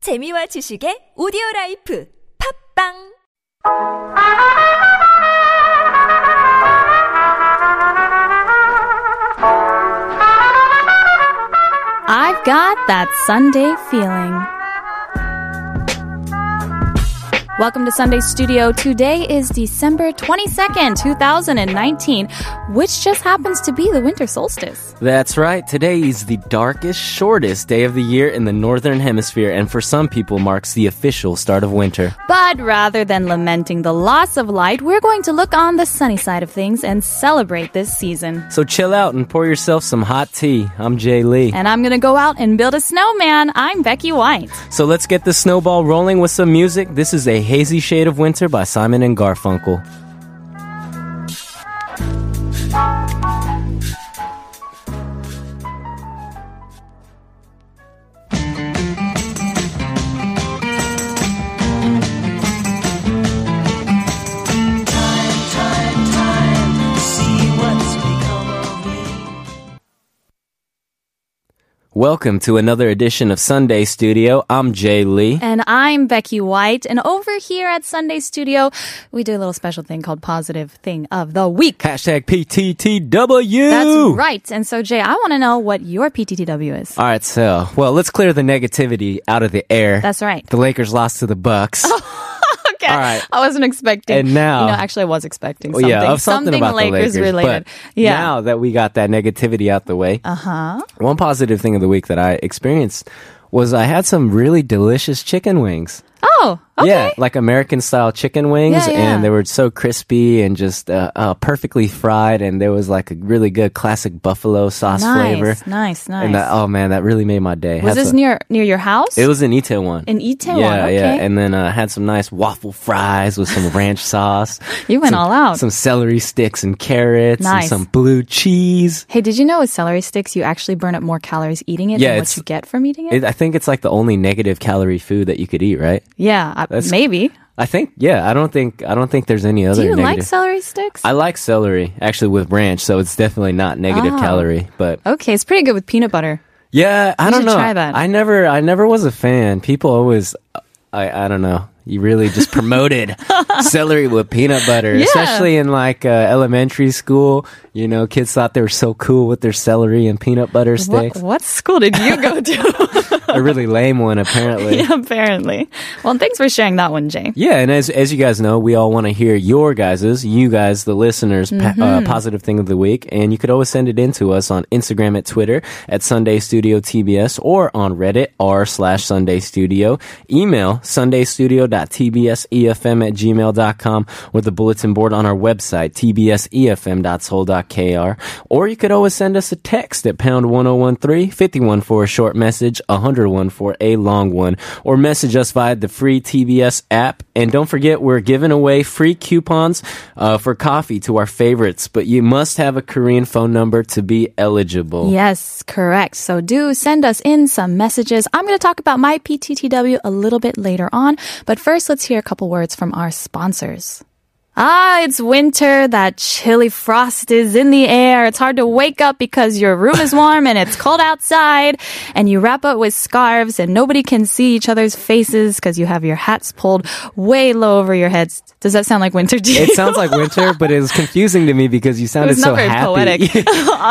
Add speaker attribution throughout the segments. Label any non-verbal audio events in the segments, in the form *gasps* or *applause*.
Speaker 1: 재미와 지식의 오디오 라이프 팝빵
Speaker 2: I've got that Sunday feeling. Welcome to Sunday Studio. Today is December 22nd, 2019, which just happens to be the winter solstice.
Speaker 3: That's right. Today is the darkest, shortest day of the year in the Northern Hemisphere, and for some people marks the official start of winter.
Speaker 2: But rather than lamenting the loss of light, we're going to look on the sunny side of things and celebrate this season.
Speaker 3: So chill out and pour yourself some hot tea. I'm Jay Lee.
Speaker 2: And I'm going to go out and build a snowman. I'm Becky White.
Speaker 3: So let's get the snowball rolling with some music. This is A Hazy Shade of Winter by Simon and Garfunkel. Welcome to another edition of Sunday Studio. I'm Jay Lee.
Speaker 2: And I'm Becky White. And over here at Sunday Studio, we do a little special thing called Positive Thing of the Week.
Speaker 3: Hashtag PTTW.
Speaker 2: That's right. And so, Jay, I want to know what your PTTW is.
Speaker 3: All right, so, well, let's clear the negativity out of the air.
Speaker 2: That's right. Oh.
Speaker 3: The Lakers lost to the Bucks.
Speaker 2: Okay.
Speaker 3: all right.
Speaker 2: I wasn't expecting.
Speaker 3: And now-
Speaker 2: You know, actually, I was expecting
Speaker 3: Well,
Speaker 2: something.
Speaker 3: Oh, yeah, of something, about
Speaker 2: Lakers,
Speaker 3: the Lakers
Speaker 2: related.
Speaker 3: But
Speaker 2: Yeah. Uh-huh.
Speaker 3: now that we got that negativity out the way, uh huh. One positive thing of the week that I experienced was I had some really delicious chicken wings.
Speaker 2: oh, okay.
Speaker 3: Yeah, like American style chicken wings,
Speaker 2: Yeah, yeah.
Speaker 3: and they were so crispy and just uh, uh, perfectly fried, and there was like a really good classic buffalo sauce
Speaker 2: nice,
Speaker 3: flavor.
Speaker 2: nice, nice.
Speaker 3: And that, oh man, that really made my day.
Speaker 2: was
Speaker 3: Had
Speaker 2: this
Speaker 3: some-
Speaker 2: near near your house?
Speaker 3: It was an Itaewon.
Speaker 2: In Itaewon,
Speaker 3: yeah, yeah.
Speaker 2: okay.
Speaker 3: And then uh, had some nice waffle fries with some ranch
Speaker 2: *laughs*
Speaker 3: sauce.
Speaker 2: you went
Speaker 3: some-
Speaker 2: all out.
Speaker 3: Some celery sticks and carrots
Speaker 2: Nice.
Speaker 3: and some blue cheese.
Speaker 2: hey, did you know with celery sticks, you actually burn up more calories eating it than
Speaker 3: Yeah,
Speaker 2: what
Speaker 3: it's-
Speaker 2: you get from eating it?
Speaker 3: It, I think it's like the only negative calorie food that you could eat, right?
Speaker 2: yeah, I-
Speaker 3: That's-
Speaker 2: maybe.
Speaker 3: I think yeah, I don't think I don't think there's any other
Speaker 2: Do you
Speaker 3: negative.
Speaker 2: like celery sticks?
Speaker 3: I like celery actually with ranch, so it's definitely not negative
Speaker 2: Ah.
Speaker 3: calorie, but
Speaker 2: okay, it's pretty good with peanut butter.
Speaker 3: yeah, I
Speaker 2: You
Speaker 3: don't
Speaker 2: should
Speaker 3: know.
Speaker 2: try that.
Speaker 3: I never I never was a fan. People always I I don't know. You really just
Speaker 2: *laughs*
Speaker 3: promoted celery with peanut butter, especially in like uh, elementary school. You know, kids thought they were so cool with their celery and peanut butter
Speaker 2: What,
Speaker 3: sticks.
Speaker 2: what school did you go
Speaker 3: *laughs*
Speaker 2: to? *laughs*
Speaker 3: a really lame one apparently.
Speaker 2: Yeah, apparently. Well, thanks for sharing that one, Jay.
Speaker 3: Yeah, and as as you guys know, we all want to hear your guys's, you guys, the listeners, pa- uh, positive thing of the week, and you could always send it in to us on Instagram, at Twitter, at Sunday Studio TBS, or on Reddit r slash Sunday Studio. Email sundaystudio.tbsefm E at gmail.com or the bulletin board on our website E tbsefm.soul.kr, or you could always send us a text at pound 1013 51 for a short message, 101 for a long one, or message us via the free TBS app. And don't forget, we're giving away free coupons uh, for coffee to our favorites, but you must have a Korean phone number to be eligible.
Speaker 2: Yes, correct. So do send us in some messages. I'm going to talk about my PTTW a little bit later on, but first let's hear a couple words from our sponsors. Ah, it's winter. That chilly frost is in the air. It's hard to wake up because your room is warm and it's cold outside. And you wrap up with scarves and nobody can see each other's faces because you have your hats pulled way low over your heads. Does that sound like winter to you?
Speaker 3: It sounds like winter, but it was confusing to me because you sounded
Speaker 2: was not
Speaker 3: so
Speaker 2: very
Speaker 3: happy. *laughs*
Speaker 2: poetic,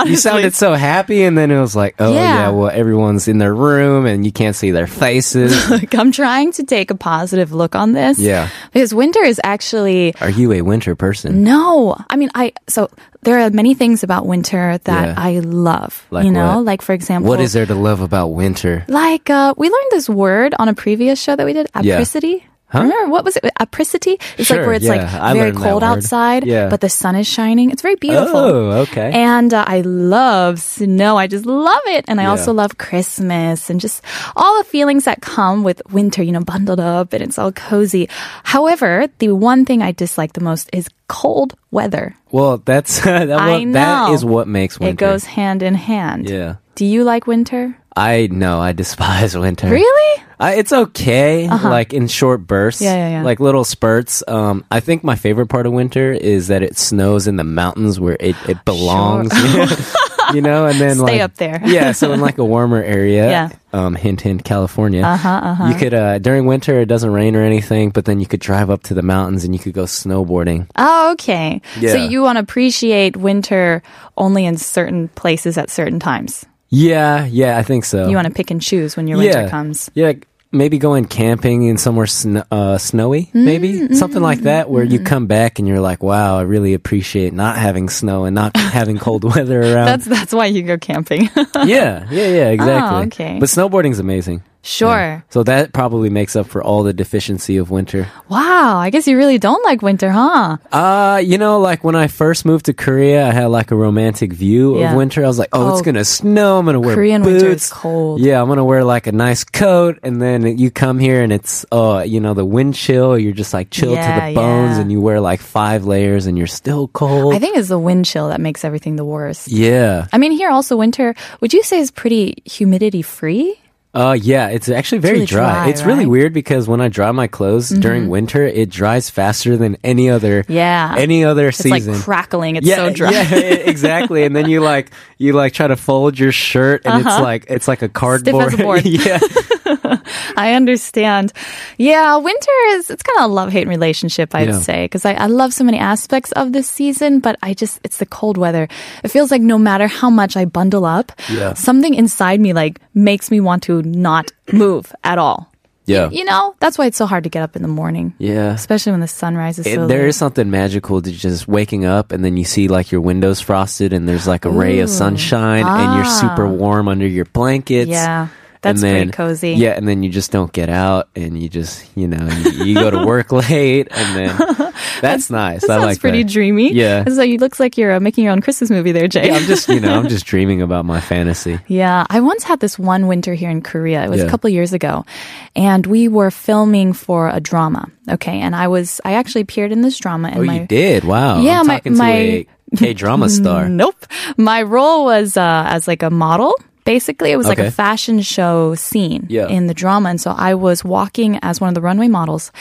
Speaker 3: you sounded so happy, and then it was like, oh
Speaker 2: Yeah.
Speaker 3: yeah, well everyone's in their room and you can't see their faces.
Speaker 2: *laughs* Like, I'm trying to take a positive look on this.
Speaker 3: Yeah.
Speaker 2: Because winter is actually
Speaker 3: Are you a winter
Speaker 2: Mm,
Speaker 3: person?
Speaker 2: no. I mean, I so there are many things about winter that
Speaker 3: Yeah.
Speaker 2: I love.
Speaker 3: Like
Speaker 2: you know,
Speaker 3: what?
Speaker 2: like for example,
Speaker 3: What is there to love about winter?
Speaker 2: Like uh, we learned this word on a previous show that we did,
Speaker 3: Yeah.
Speaker 2: apricity. Remember what was it? Apricity. It's like
Speaker 3: Sure,
Speaker 2: where it's like
Speaker 3: yeah, I
Speaker 2: very
Speaker 3: learned that
Speaker 2: cold
Speaker 3: word.
Speaker 2: outside,
Speaker 3: Yeah.
Speaker 2: but the sun is shining. It's very beautiful.
Speaker 3: Oh, okay.
Speaker 2: And uh, I love snow. I just love it. And I also love Christmas and just all the feelings that come with winter, you know, bundled up and it's all cozy. However, the one thing I dislike the most is cold weather.
Speaker 3: Well, that's *laughs* that,
Speaker 2: I
Speaker 3: well, that
Speaker 2: know.
Speaker 3: is what makes winter.
Speaker 2: It goes hand in hand.
Speaker 3: Yeah.
Speaker 2: Do you like winter?
Speaker 3: I know. I despise *laughs* winter.
Speaker 2: Really? Uh-huh.
Speaker 3: I, it's okay, like in short bursts,
Speaker 2: Yeah, yeah, yeah.
Speaker 3: like little spurts. Um, I think my favorite part of winter is that it snows in the mountains where it, it belongs. *laughs* you know, and then
Speaker 2: Stay
Speaker 3: like,
Speaker 2: up there.
Speaker 3: *laughs* yeah, so in like a warmer
Speaker 2: *laughs*
Speaker 3: area,
Speaker 2: Yeah.
Speaker 3: um, hint hint, California. Uh-huh, You could uh, during winter it doesn't rain or anything, but then you could drive up to the mountains and you could go snowboarding.
Speaker 2: Oh, okay. So
Speaker 3: Yeah.
Speaker 2: you want to appreciate winter only in certain places at certain times.
Speaker 3: Yeah, yeah, I think so.
Speaker 2: You want to pick and choose when your winter
Speaker 3: Oh. yeah,
Speaker 2: comes.
Speaker 3: yeah. Maybe going camping in somewhere sn- uh, snowy, maybe
Speaker 2: Mm,
Speaker 3: something like that, where you come back and you're like, "Wow, I really appreciate not having snow and not *laughs* having cold weather around."
Speaker 2: *laughs* That's that's why you go camping. *laughs*
Speaker 3: yeah, yeah, yeah, exactly.
Speaker 2: okay.
Speaker 3: But snowboarding's amazing.
Speaker 2: sure.
Speaker 3: So that probably makes up for all the deficiency of winter.
Speaker 2: Wow. I guess you really don't like winter, huh?
Speaker 3: Uh, you know, like when I first moved to Korea, I had like a romantic view
Speaker 2: Yeah.
Speaker 3: of winter. I was like, oh,
Speaker 2: Oh,
Speaker 3: it's gonna snow. I'm gonna wear
Speaker 2: Korean
Speaker 3: boots.
Speaker 2: winter is cold.
Speaker 3: Yeah, I'm gonna wear like a nice coat, and then you come here and it's, uh, you know, the wind chill. You're just like chilled to
Speaker 2: Yeah,
Speaker 3: the
Speaker 2: yeah.
Speaker 3: bones, and you wear like five layers, and you're still cold.
Speaker 2: I think it's the wind chill that makes everything the worst.
Speaker 3: yeah.
Speaker 2: I mean, here also winter, would you say is pretty humidity free?
Speaker 3: Uh, yeah, it's actually very
Speaker 2: really dry,
Speaker 3: dry. It's
Speaker 2: right?
Speaker 3: really
Speaker 2: Mm-hmm.
Speaker 3: weird because when I dry my clothes during winter, it dries faster than any other
Speaker 2: Yeah.
Speaker 3: any other
Speaker 2: It's
Speaker 3: season.
Speaker 2: like crackling. It's so
Speaker 3: yeah,
Speaker 2: dry.
Speaker 3: yeah, *laughs* e-, exactly. And
Speaker 2: *laughs*
Speaker 3: then you like you like try to fold your shirt, and it's like it's like a cardboard.
Speaker 2: Uh-huh. as a board.
Speaker 3: *laughs*
Speaker 2: *laughs*
Speaker 3: yeah,
Speaker 2: I understand. Yeah, winter is it's kind of a love hate relationship, I'd
Speaker 3: Yeah.
Speaker 2: say, because I, I love so many aspects of this season, but I just it's the cold weather. It feels like no matter how much I bundle up,
Speaker 3: Yeah.
Speaker 2: something inside me like makes me want to not move at all.
Speaker 3: yeah,
Speaker 2: You know, that's why it's so hard to get up in the morning,
Speaker 3: yeah.
Speaker 2: especially when the sun rises.
Speaker 3: It-
Speaker 2: so
Speaker 3: there
Speaker 2: late.
Speaker 3: is something magical to just waking up and then you see like your windows frosted and there's like a ray of sunshine and you're super warm under your blankets.
Speaker 2: Ah. yeah, that's
Speaker 3: And
Speaker 2: pretty
Speaker 3: then-
Speaker 2: cozy.
Speaker 3: Yeah, and then you just don't get out, and you just you know you, you go to work *laughs* late, and
Speaker 2: *laughs*
Speaker 3: then that's nice.
Speaker 2: That
Speaker 3: I
Speaker 2: sounds
Speaker 3: like
Speaker 2: pretty
Speaker 3: that.
Speaker 2: dreamy.
Speaker 3: Yeah.
Speaker 2: So you looks like you're uh, making your own Christmas movie there, Jay.
Speaker 3: Yeah, I'm just you know I'm just dreaming about my fantasy.
Speaker 2: Yeah, I once had this one winter here in Korea. It was a
Speaker 3: Yeah.
Speaker 2: couple years ago. And we were filming for a drama. Okay. And I was, I actually appeared in this drama. And
Speaker 3: Oh,
Speaker 2: my,
Speaker 3: you did! Wow.
Speaker 2: Yeah,
Speaker 3: I'm
Speaker 2: my-
Speaker 3: talking
Speaker 2: my- *laughs*
Speaker 3: to a K drama star.
Speaker 2: Nope. My role was uh, as like a model. Basically, it was like a
Speaker 3: Okay.
Speaker 2: fashion show scene
Speaker 3: Yeah.
Speaker 2: in the drama. And so I was walking as one of the runway models,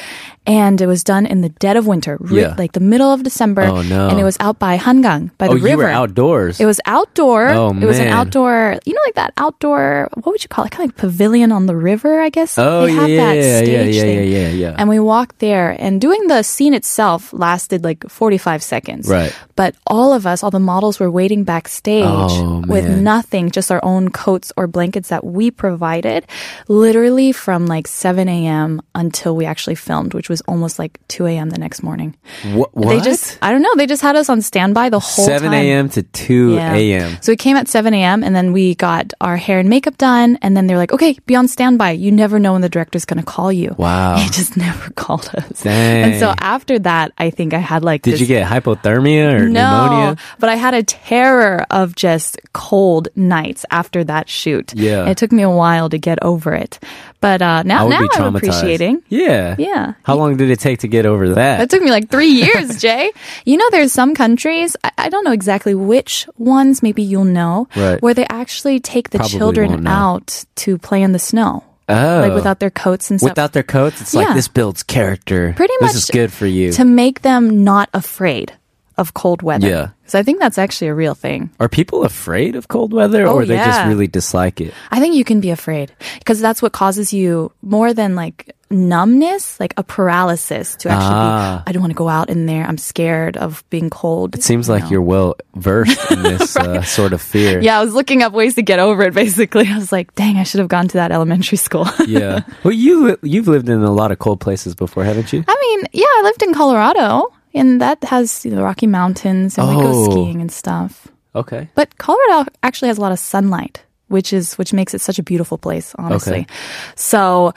Speaker 2: and it was done in the dead of winter, re-
Speaker 3: Yeah.
Speaker 2: like the middle of December.
Speaker 3: Oh, no.
Speaker 2: And it was out by Hangang, by
Speaker 3: oh,
Speaker 2: the river.
Speaker 3: you were outdoors.
Speaker 2: It was outdoor.
Speaker 3: Oh,
Speaker 2: It was an
Speaker 3: man.
Speaker 2: outdoor, you know, like that outdoor, what would you call it? Kind of like pavilion on the river, I guess.
Speaker 3: oh
Speaker 2: they
Speaker 3: yeah,
Speaker 2: have
Speaker 3: yeah,
Speaker 2: that
Speaker 3: yeah, yeah,
Speaker 2: stage
Speaker 3: yeah, yeah,
Speaker 2: thing.
Speaker 3: yeah, yeah.
Speaker 2: And we walked there, and doing the scene itself lasted like 45 seconds.
Speaker 3: Right.
Speaker 2: But all of us, all the models were waiting backstage
Speaker 3: Oh,
Speaker 2: with
Speaker 3: man.
Speaker 2: nothing, just our own coats or blankets that we provided, literally from like 7 a.m. until we actually filmed, which was almost like 2 a.m. the next morning.
Speaker 3: Wha- what?
Speaker 2: They just, I don't know, they just had us on standby the whole
Speaker 3: 7
Speaker 2: time.
Speaker 3: a.m. to 2 a.m.
Speaker 2: So we came at 7 a.m. and then we got our hair and makeup done. And then they were like, okay, be on standby. You never know when the director's going to call you.
Speaker 3: Wow.
Speaker 2: He just *laughs* never called us.
Speaker 3: Dang.
Speaker 2: And so after that, I think I had like
Speaker 3: Did
Speaker 2: this.
Speaker 3: you get hypothermia or
Speaker 2: no,
Speaker 3: pneumonia?
Speaker 2: but I had a terror of just cold nights after that shoot.
Speaker 3: Yeah.
Speaker 2: It took me a while to get over it. But uh,
Speaker 3: I
Speaker 2: now,
Speaker 3: would
Speaker 2: now
Speaker 3: be traumatized.
Speaker 2: I'm appreciating.
Speaker 3: Yeah.
Speaker 2: Yeah.
Speaker 3: How long did it take to get over
Speaker 2: That
Speaker 3: that?
Speaker 2: took me like three
Speaker 3: *laughs*
Speaker 2: years, Jay. You know, there's some countries, I, I don't know exactly which ones, maybe you'll know,
Speaker 3: Right.
Speaker 2: where they actually take the
Speaker 3: Probably won't
Speaker 2: children
Speaker 3: know.
Speaker 2: out to play in the snow.
Speaker 3: oh.
Speaker 2: Like without their coats and stuff.
Speaker 3: Without their coats, it's like
Speaker 2: Yeah.
Speaker 3: this builds character.
Speaker 2: Pretty much
Speaker 3: This is good for you.
Speaker 2: To make them not afraid of cold weather.
Speaker 3: Yeah.
Speaker 2: Because I think that's actually a real thing.
Speaker 3: Are people afraid of cold weather
Speaker 2: Oh,
Speaker 3: or they just
Speaker 2: yeah.
Speaker 3: really dislike it?
Speaker 2: I think you can be afraid because that's what causes you more than like numbness, like a paralysis to actually
Speaker 3: Ah.
Speaker 2: be, I don't want to go out in there. I'm scared of being cold.
Speaker 3: It seems like you're well versed
Speaker 2: *laughs*
Speaker 3: in this uh, sort of fear.
Speaker 2: Yeah, I was looking up ways to get over it. *laughs* Basically, I was like, "Dang, I should have gone to that elementary school." *laughs*
Speaker 3: yeah. *laughs* Well, you li- you've lived in a lot of cold places before, haven't you?
Speaker 2: I mean, yeah, I lived in Colorado, and that has you know, Rocky Mountains, and we
Speaker 3: Oh.
Speaker 2: go skiing and stuff.
Speaker 3: Okay.
Speaker 2: But Colorado actually has a lot of sunlight, which is which makes it such a beautiful place, honestly.
Speaker 3: Okay.
Speaker 2: So,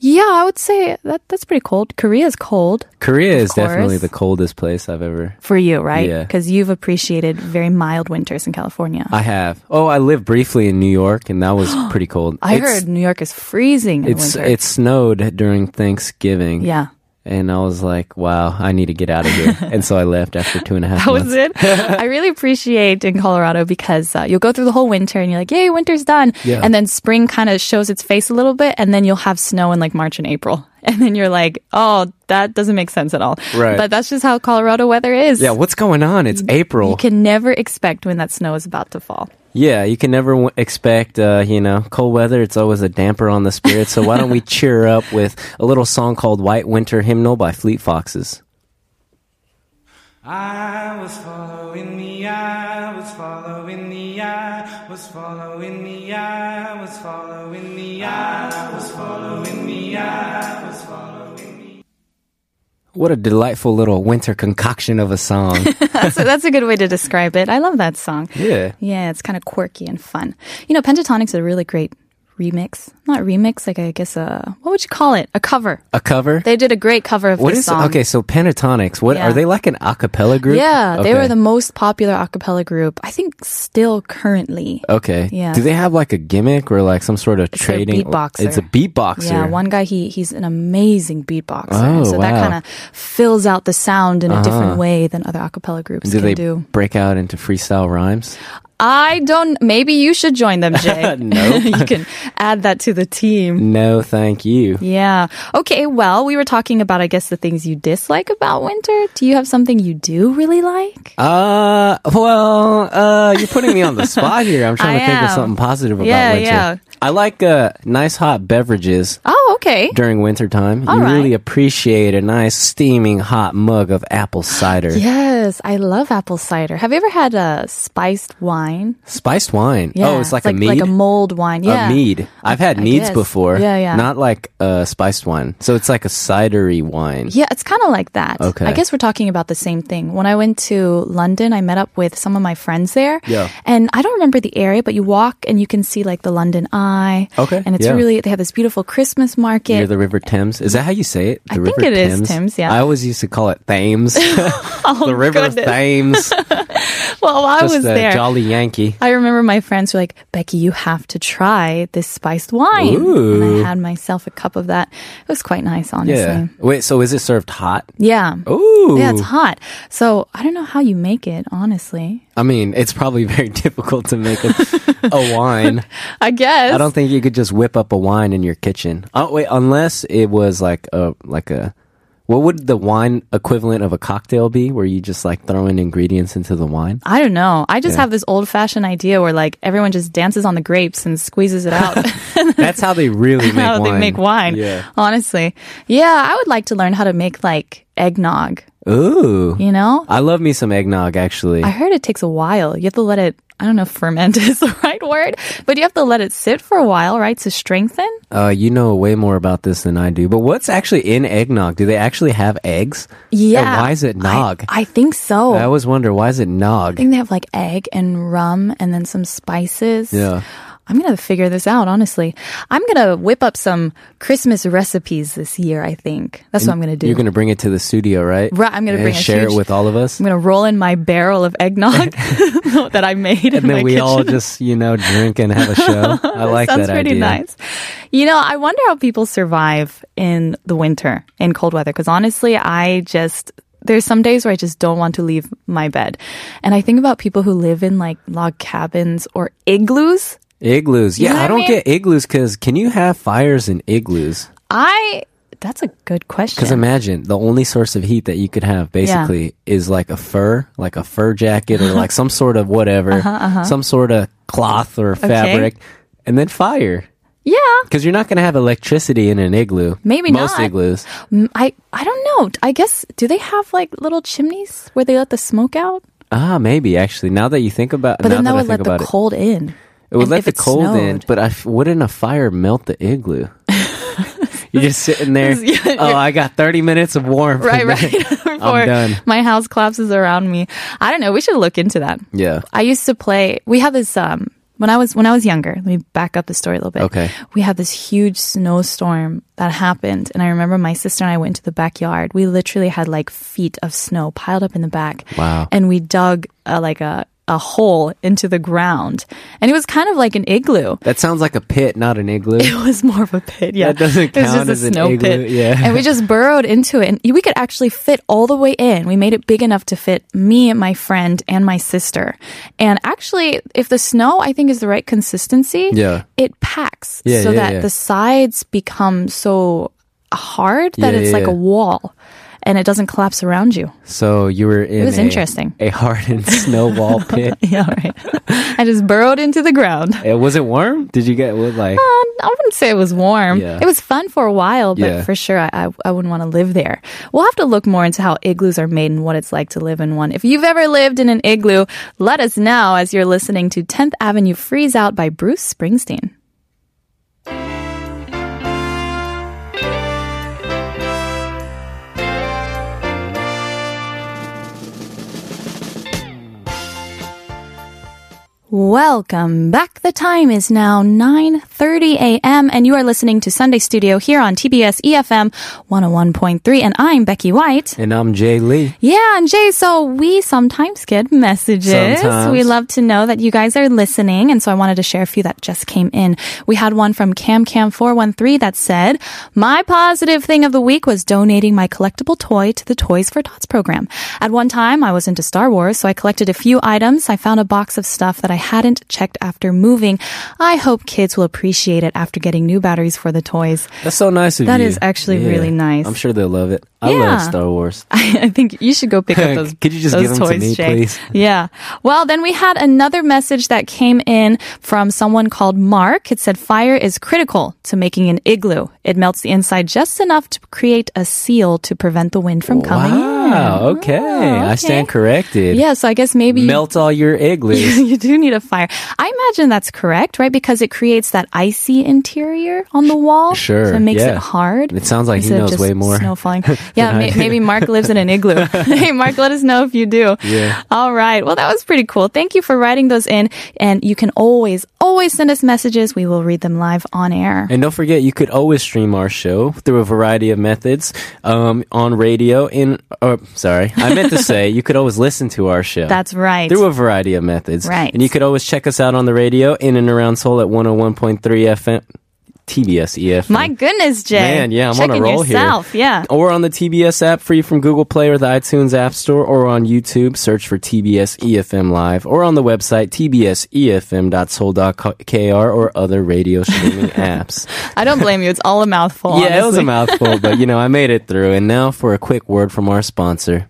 Speaker 2: yeah, I would say that that's pretty cold. Korea's cold
Speaker 3: Korea
Speaker 2: Of
Speaker 3: is definitely
Speaker 2: course.
Speaker 3: the coldest place I've ever.
Speaker 2: for you, right?
Speaker 3: Yeah.
Speaker 2: Because you've appreciated very mild winters in California.
Speaker 3: I have. Oh, I lived briefly in New York, and that
Speaker 2: *gasps*
Speaker 3: was pretty cold.
Speaker 2: I
Speaker 3: It's-
Speaker 2: heard New York is freezing in
Speaker 3: It's
Speaker 2: winter.
Speaker 3: it snowed during Thanksgiving.
Speaker 2: yeah.
Speaker 3: And I was like, wow, I need to get out of
Speaker 2: *laughs*
Speaker 3: here. and so I left after two and a half
Speaker 2: That
Speaker 3: months.
Speaker 2: was it. I really appreciate in Colorado because uh, you'll go through the whole winter and you're like, yay, winter's done.
Speaker 3: Yeah.
Speaker 2: And then spring kind of shows its face a little bit, and then you'll have snow in like March and April. *laughs* And then you're like, oh, that doesn't make sense at all.
Speaker 3: Right.
Speaker 2: But that's just how Colorado weather is.
Speaker 3: Yeah, what's going on? It's
Speaker 2: You
Speaker 3: April.
Speaker 2: can never expect when that snow is about to fall. *laughs*
Speaker 3: Yeah, you can never w- expect, uh, you know, cold weather. It's always a damper on the spirit. So why don't we cheer up with a little song called White Winter Hymnal by Fleet Foxes?
Speaker 4: I was following the eye, was following the eye, was following the eye, was following the eye, was following the eye, was following.
Speaker 3: What a delightful little winter concoction of a song.
Speaker 2: That's a, that's a good way to describe it. I love that song.
Speaker 3: yeah.
Speaker 2: Yeah, it's kind of quirky and fun. You know, Pentatonic's a really great remix. Not remix, like I guess a what would you call it? A cover.
Speaker 3: A cover?
Speaker 2: They did a great cover of
Speaker 3: what
Speaker 2: this
Speaker 3: is
Speaker 2: song.
Speaker 3: okay? So Pentatonics, what
Speaker 2: Yeah.
Speaker 3: are they like an a cappella group?
Speaker 2: Yeah, they were
Speaker 3: Okay.
Speaker 2: the most popular a cappella group. I think still currently.
Speaker 3: Okay.
Speaker 2: Yeah.
Speaker 3: Do they have like a gimmick or like some sort of
Speaker 2: It's their
Speaker 3: trading?
Speaker 2: beatboxer.
Speaker 3: It's a beatboxer.
Speaker 2: Yeah, one guy he he's an amazing beatboxer.
Speaker 3: Oh,
Speaker 2: so that
Speaker 3: wow. Uh-huh.
Speaker 2: kind of fills out the sound in a different way than other a cappella groups
Speaker 3: Do
Speaker 2: can
Speaker 3: they
Speaker 2: do.
Speaker 3: break out into freestyle rhymes?
Speaker 2: I don't maybe you should join them,
Speaker 3: *laughs*
Speaker 2: Jay. *laughs*
Speaker 3: No.
Speaker 2: you can add that to the team.
Speaker 3: No, thank you.
Speaker 2: Yeah. Okay, well, we were talking about I guess the things you dislike about winter. Do you have something you do really like?
Speaker 3: Uh, well, uh, you're putting me on the spot here. I'm trying
Speaker 2: *laughs* I
Speaker 3: to think of
Speaker 2: am.
Speaker 3: something positive about
Speaker 2: Yeah,
Speaker 3: winter.
Speaker 2: yeah.
Speaker 3: I like uh, nice hot beverages
Speaker 2: Oh, okay.
Speaker 3: during wintertime.
Speaker 2: All
Speaker 3: you
Speaker 2: right.
Speaker 3: really appreciate a nice steaming hot mug of apple cider.
Speaker 2: Yes, I love apple cider. Have you ever had a spiced wine?
Speaker 3: Spiced wine.
Speaker 2: Yeah,
Speaker 3: oh, it's like a mead.
Speaker 2: like a mulled wine. Yeah,
Speaker 3: a mead. I've had
Speaker 2: I
Speaker 3: meads
Speaker 2: guess.
Speaker 3: before.
Speaker 2: Yeah, yeah.
Speaker 3: Not like a spiced wine. So it's like a cidery wine.
Speaker 2: Yeah, it's kind of like that.
Speaker 3: Okay.
Speaker 2: I guess we're talking about the same thing. When I went to London, I met up with some of my friends there.
Speaker 3: Yeah.
Speaker 2: And I don't remember the area, but you walk and you can see like the London Eye.
Speaker 3: Okay,
Speaker 2: And it's
Speaker 3: yeah.
Speaker 2: really, they have this beautiful Christmas market.
Speaker 3: Near the River Thames. Is that how you say it? The
Speaker 2: I think
Speaker 3: River
Speaker 2: it is Thames, yeah. Oh,
Speaker 3: I always used to call it
Speaker 2: *laughs*
Speaker 3: Thames. *laughs* the River
Speaker 2: goodness.
Speaker 3: Thames. Just
Speaker 2: well, *laughs* while *laughs* I was
Speaker 3: a
Speaker 2: there.
Speaker 3: jolly Yankee.
Speaker 2: I remember my friends were like, Becky, you have to try this spiced wine.
Speaker 3: Ooh.
Speaker 2: And I had myself a cup of that. It was quite nice, honestly.
Speaker 3: Yeah. Wait, so is it served hot?
Speaker 2: Yeah.
Speaker 3: Ooh.
Speaker 2: Yeah, it's hot. So I don't know how you make it, honestly.
Speaker 3: I mean, it's probably *laughs* very difficult to make a,
Speaker 2: *laughs*
Speaker 3: a wine.
Speaker 2: I guess.
Speaker 3: I don't think you could just whip up a wine in your kitchen. Oh wait, unless it was like a like a what would the wine equivalent of a cocktail be where you just like throw in ingredients into the wine?
Speaker 2: *laughs* I don't know. I just have this old fashioned idea where like everyone just dances on the grapes and squeezes it
Speaker 3: *laughs*
Speaker 2: out. *laughs*
Speaker 3: That's how they really make
Speaker 2: how
Speaker 3: wine.
Speaker 2: they make wine.
Speaker 3: Yeah.
Speaker 2: Honestly. Yeah, I would like to learn how to make like eggnog,
Speaker 3: Ooh.
Speaker 2: you know?
Speaker 3: I love me some eggnog actually.
Speaker 2: I heard it takes a while. You have to let it I don't know if ferment *laughs* is the right word, but you have to let it sit for a while, right? To strengthen.
Speaker 3: Uh, you know way more about this than I do. But what's actually in eggnog? Do they actually have eggs?
Speaker 2: Yeah.
Speaker 3: And why is it nog? I,
Speaker 2: I, Oh. I think so. I
Speaker 3: always wonder why is it nog?
Speaker 2: think they have like egg and rum and then some spices.
Speaker 3: Yeah.
Speaker 2: I'm going to figure this out, honestly. I'm going to whip up some Christmas recipes this year, I think. That's what I'm going to do.
Speaker 3: You're gonna bring it to the studio, right?
Speaker 2: Right, I'm gonna
Speaker 3: And
Speaker 2: bring a
Speaker 3: share it
Speaker 2: huge-
Speaker 3: with all of us.
Speaker 2: I'm going to roll in my barrel of
Speaker 3: *laughs*
Speaker 2: eggnog *laughs* that I made in *laughs*
Speaker 3: and
Speaker 2: my
Speaker 3: then we
Speaker 2: kitchen.
Speaker 3: all just you know drink and have a
Speaker 2: *laughs*
Speaker 3: show. I like
Speaker 2: Sounds
Speaker 3: that
Speaker 2: pretty
Speaker 3: idea.
Speaker 2: nice. You know, I wonder how people survive in the winter, in cold weather, because honestly, I just. There's some days where I just don't want to leave my bed. And I think about people who live in like log cabins or igloos.
Speaker 3: Igloos, yeah,
Speaker 2: know what
Speaker 3: I
Speaker 2: I
Speaker 3: don't
Speaker 2: mean?
Speaker 3: get igloos because can you have fires in igloos?
Speaker 2: I. That's a good question.
Speaker 3: Because imagine the only source of heat that you could have basically is like a fur, like a fur jacket
Speaker 2: *laughs*
Speaker 3: or like some sort of whatever,
Speaker 2: Uh-huh,
Speaker 3: some sort of cloth or fabric, and then fire.
Speaker 2: yeah.
Speaker 3: Because you're not going to have electricity in an igloo.
Speaker 2: Maybe
Speaker 3: most
Speaker 2: not.
Speaker 3: igloos.
Speaker 2: Mm, I I don't know. I guess do they have like little chimneys where they let the smoke out?
Speaker 3: Ah, maybe actually. Now that you think about,
Speaker 2: But
Speaker 3: now
Speaker 2: then that
Speaker 3: that I
Speaker 2: would
Speaker 3: think
Speaker 2: let the
Speaker 3: about it,
Speaker 2: cold in.
Speaker 3: It would
Speaker 2: And
Speaker 3: let
Speaker 2: if it
Speaker 3: the cold in,
Speaker 2: snowed-
Speaker 3: but I f- wouldn't a fire melt
Speaker 2: *laughs*
Speaker 3: the igloo? You're just sitting there.
Speaker 2: Yeah, you're-
Speaker 3: oh, I got 30 minutes of warmth.
Speaker 2: Right,
Speaker 3: *laughs* and
Speaker 2: right. *laughs*
Speaker 3: then
Speaker 2: Before
Speaker 3: done.
Speaker 2: My house collapses around me. I don't know. We should look into that.
Speaker 3: Yeah.
Speaker 2: I used to play. We had this um when I was when I was younger. Let me back up the story a little bit.
Speaker 3: Okay.
Speaker 2: We had this huge snowstorm that happened, and I remember my sister and I went to the backyard. We literally had like feet of snow piled up in the back.
Speaker 3: Wow.
Speaker 2: And we dug uh, like a a hole into the ground, and it was kind of like an igloo.
Speaker 3: That sounds like a pit, not an
Speaker 2: *laughs*
Speaker 3: igloo.
Speaker 2: It was more of a pit. Yeah,
Speaker 3: That doesn't
Speaker 2: It was
Speaker 3: count
Speaker 2: just
Speaker 3: as
Speaker 2: a
Speaker 3: an
Speaker 2: snow
Speaker 3: igloo,
Speaker 2: pit.
Speaker 3: yeah.
Speaker 2: and we just burrowed into it, and we could actually fit all the way in. We made it big enough to fit me and my friend and my sister. And actually, if the snow, I think, is the right consistency,
Speaker 3: Yeah.
Speaker 2: it packs
Speaker 3: Yeah,
Speaker 2: so
Speaker 3: yeah,
Speaker 2: that
Speaker 3: yeah.
Speaker 2: the sides become so hard that
Speaker 3: Yeah,
Speaker 2: it's
Speaker 3: yeah,
Speaker 2: like a
Speaker 3: yeah.
Speaker 2: wall. and it doesn't collapse around you. *laughs*
Speaker 3: *laughs* So you were in
Speaker 2: was
Speaker 3: a,
Speaker 2: interesting.
Speaker 3: a hardened *laughs* snowball
Speaker 2: *laughs*
Speaker 3: pit.
Speaker 2: Yeah,
Speaker 3: *laughs*
Speaker 2: right. I just burrowed into the ground.
Speaker 3: It was it warm? Did you get was
Speaker 2: *laughs*
Speaker 3: like
Speaker 2: Uh, I wouldn't say it was warm.
Speaker 3: Yeah.
Speaker 2: It was fun for a while, but
Speaker 3: Yeah.
Speaker 2: for sure, I, I, I wouldn't want to live there. We'll have to look more into how igloos are made and what it's like to live in one. If you've ever lived in an igloo, let us know as you're listening to 10th Avenue Freeze Out by Bruce Springsteen. Welcome back. The time is now 9:30 a.m. and you are listening to Sunday Studio here on TBS EFM 101.3 and I'm Becky White.
Speaker 3: and I'm Jay Lee.
Speaker 2: Yeah, and Jay, so we sometimes get messages.
Speaker 3: Sometimes.
Speaker 2: We love to know that you guys are listening, and so I wanted to share a few that just came in. We had one from CamCam413 that said, My positive thing of the week was donating my collectible toy to the Toys for Tots program. At one time, I was into Star Wars, so I collected a few items. I found a box of stuff that I hadn't checked after moving. I hope kids will appreciate it after getting new batteries for the toys.
Speaker 3: That's so nice of
Speaker 2: That
Speaker 3: you.
Speaker 2: is actually really nice.
Speaker 3: I'm sure they'll love it. I
Speaker 2: Yeah.
Speaker 3: love Star Wars.
Speaker 2: *laughs* I think you should go pick up those.
Speaker 3: *laughs* Could you just
Speaker 2: those
Speaker 3: give 'em to
Speaker 2: toys,
Speaker 3: me,
Speaker 2: Shay.
Speaker 3: please?
Speaker 2: Yeah. Well, then we had another message that came in from someone called Mark. It said, "Fire is critical to making an igloo. It melts the inside just enough to create a seal to prevent the wind from coming in."
Speaker 3: Wow. Okay.
Speaker 2: Oh,
Speaker 3: I stand corrected.
Speaker 2: Yeah. So I guess maybe you
Speaker 3: Melt all your *laughs* igloos.
Speaker 2: you do need a fire. I imagine that's correct, right? Because it creates that icy interior on the wall.
Speaker 3: Sure,
Speaker 2: So it makes it
Speaker 3: yeah.
Speaker 2: hard.
Speaker 3: It sounds like he
Speaker 2: instead of
Speaker 3: knows
Speaker 2: just
Speaker 3: way more
Speaker 2: Snow
Speaker 3: *laughs*
Speaker 2: falling. Yeah,
Speaker 3: than I
Speaker 2: may-
Speaker 3: do.
Speaker 2: maybe Mark lives in an
Speaker 3: *laughs*
Speaker 2: igloo. *laughs* hey, Mark, let us know if you do.
Speaker 3: Yeah.
Speaker 2: All right. Well, that was pretty cool. Thank you for writing those in. And you can always, always send us messages. We will read them live on air.
Speaker 3: And don't forget, you could always stream our show through a variety of methods um, on radio. In or sorry, I
Speaker 2: *laughs*
Speaker 3: meant to say you could always listen to our show.
Speaker 2: That's right.
Speaker 3: Through a variety of methods.
Speaker 2: Right.
Speaker 3: And you could always check us out on the radio in and around Seoul at 101.3 FM, TBS EFM.
Speaker 2: My goodness, Jay.
Speaker 3: E Man, yeah, I'm
Speaker 2: Checking
Speaker 3: on a roll
Speaker 2: yourself.
Speaker 3: here.
Speaker 2: Yeah.
Speaker 3: Or on the TBS app, free from Google Play or the iTunes App Store, or on YouTube, search for TBS EFM E Live, or on the website E tbsefm.soul.kr or other radio
Speaker 2: *laughs*
Speaker 3: streaming apps.
Speaker 2: I don't blame you. It's all a mouthful.
Speaker 3: *laughs* yeah, it was a
Speaker 2: honestly.
Speaker 3: mouthful, but you know, I made it through. And now for a quick word from our sponsor.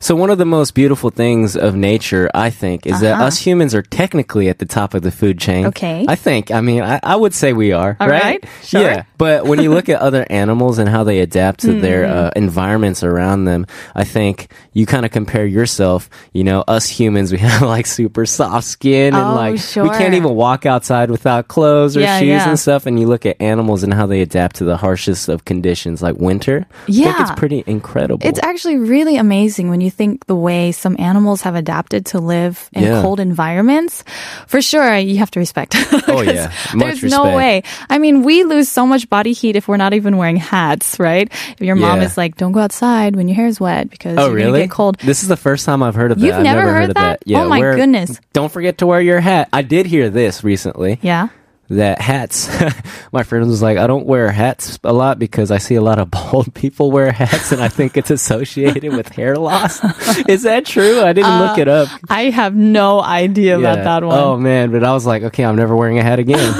Speaker 3: So one of the most beautiful things of nature, I think, is that us humans are technically at the top of the food chain.
Speaker 2: Uh-huh. Okay.
Speaker 3: I think. I mean, I, I would say we are.
Speaker 2: All
Speaker 3: right.
Speaker 2: right, sure.
Speaker 3: Yeah. But when you look at other animals and how they adapt to their
Speaker 2: Hmm.
Speaker 3: uh, environments around them, I think you kind of compare yourself. You know, us humans, we *laughs* have like super soft skin and
Speaker 2: Oh,
Speaker 3: like we
Speaker 2: sure.
Speaker 3: can't even walk outside without clothes or
Speaker 2: Yeah,
Speaker 3: shoes
Speaker 2: yeah.
Speaker 3: and stuff and you look at animals and how they adapt to the harshest of conditions like winter i think
Speaker 2: Yeah.
Speaker 3: it's pretty incredible
Speaker 2: It's actually really amazing when you think the way some animals have adapted to live in
Speaker 3: Yeah.
Speaker 2: cold environments. For sure, you have to respect. *laughs*
Speaker 3: Oh,
Speaker 2: 'Cause
Speaker 3: yeah. Much
Speaker 2: there's no
Speaker 3: respect.
Speaker 2: way. I mean, we lose so much body heat if we're not even wearing hats, right? If your mom
Speaker 3: Yeah.
Speaker 2: is like, "Don't go outside when your hair's wet because
Speaker 3: oh
Speaker 2: you're
Speaker 3: really
Speaker 2: gonna get cold."
Speaker 3: this is the first time i've heard of that
Speaker 2: You've
Speaker 3: I've
Speaker 2: never heard
Speaker 3: of that,
Speaker 2: that? Oh, my
Speaker 3: wear-
Speaker 2: goodness.
Speaker 3: don't forget to wear your hat i did hear this recently
Speaker 2: Yeah.
Speaker 3: that hats *laughs* my friend was like i don't wear hats a lot because i see a lot of *laughs* bald people wear hats and i think it's associated with hair
Speaker 2: *laughs*
Speaker 3: loss is that true i didn't look it up
Speaker 2: I have no idea
Speaker 3: Yeah.
Speaker 2: about Uh, that one.
Speaker 3: Oh man, but I was like, okay, I'm never wearing a hat
Speaker 2: *laughs*
Speaker 3: again.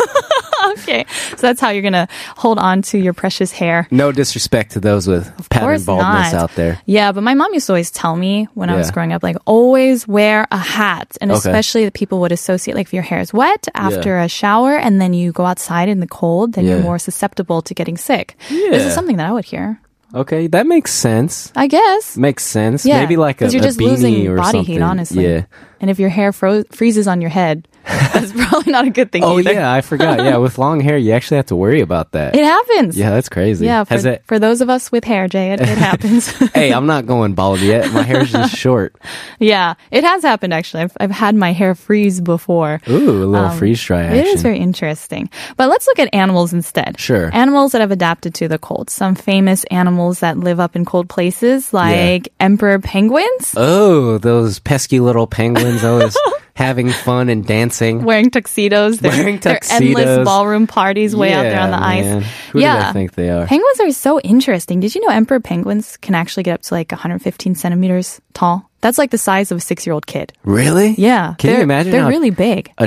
Speaker 2: Okay. So that's how you're going to hold on to your precious hair.
Speaker 3: no disrespect to those with pattern
Speaker 2: course
Speaker 3: baldness
Speaker 2: not.
Speaker 3: out there.
Speaker 2: Yeah, but my mom used to always tell me when I was
Speaker 3: Yeah.
Speaker 2: growing up, like, always wear a hat. And
Speaker 3: Okay.
Speaker 2: especially that people would associate, like, if your hair is wet after a shower and then you go outside in the cold, then you're
Speaker 3: Yeah.
Speaker 2: more susceptible to getting sick. This is
Speaker 3: Yeah.
Speaker 2: something that I would hear,
Speaker 3: Okay, that makes sense.
Speaker 2: I guess.
Speaker 3: Makes sense.
Speaker 2: Yeah,
Speaker 3: Maybe like a,
Speaker 2: 'cause you're
Speaker 3: a
Speaker 2: just losing
Speaker 3: beanie or
Speaker 2: body
Speaker 3: something.
Speaker 2: heat, honestly.
Speaker 3: Yeah.
Speaker 2: And if your hair fro- freezes on your
Speaker 3: *laughs*
Speaker 2: head, that's probably not a good thing
Speaker 3: Oh
Speaker 2: either.
Speaker 3: yeah, I forgot. Yeah, with long hair, you actually have to worry about that.
Speaker 2: It happens.
Speaker 3: yeah, that's crazy.
Speaker 2: Yeah, for,
Speaker 3: Has it?
Speaker 2: for those of us with hair, Jay, it,
Speaker 3: *laughs*
Speaker 2: it happens. *laughs*
Speaker 3: hey, I'm not going bald yet. My hair's just short.
Speaker 2: yeah, it has happened actually. I've, I've had my hair freeze before.
Speaker 3: Ooh, a little
Speaker 2: Um,
Speaker 3: freeze dry action.
Speaker 2: It is very interesting. But let's look at animals instead.
Speaker 3: Sure.
Speaker 2: Animals that have adapted to the cold. Some famous animals that live up in cold places, like emperor penguins
Speaker 3: oh, those pesky little penguins
Speaker 2: *laughs*
Speaker 3: always having fun and dancing.
Speaker 2: wearing tuxedos. Their,
Speaker 3: Wearing
Speaker 2: their endless
Speaker 3: tuxedos.
Speaker 2: ballroom parties way out there on the
Speaker 3: Yeah, man.
Speaker 2: ice.
Speaker 3: Who do
Speaker 2: yeah.
Speaker 3: I think they are?
Speaker 2: Penguins are so interesting. Did you know emperor penguins can actually get up to like 115 centimeters tall? That's like the size of a six year old kid.
Speaker 3: Really?
Speaker 2: Yeah.
Speaker 3: Can
Speaker 2: they're,
Speaker 3: you imagine
Speaker 2: They're
Speaker 3: how
Speaker 2: really big.
Speaker 3: a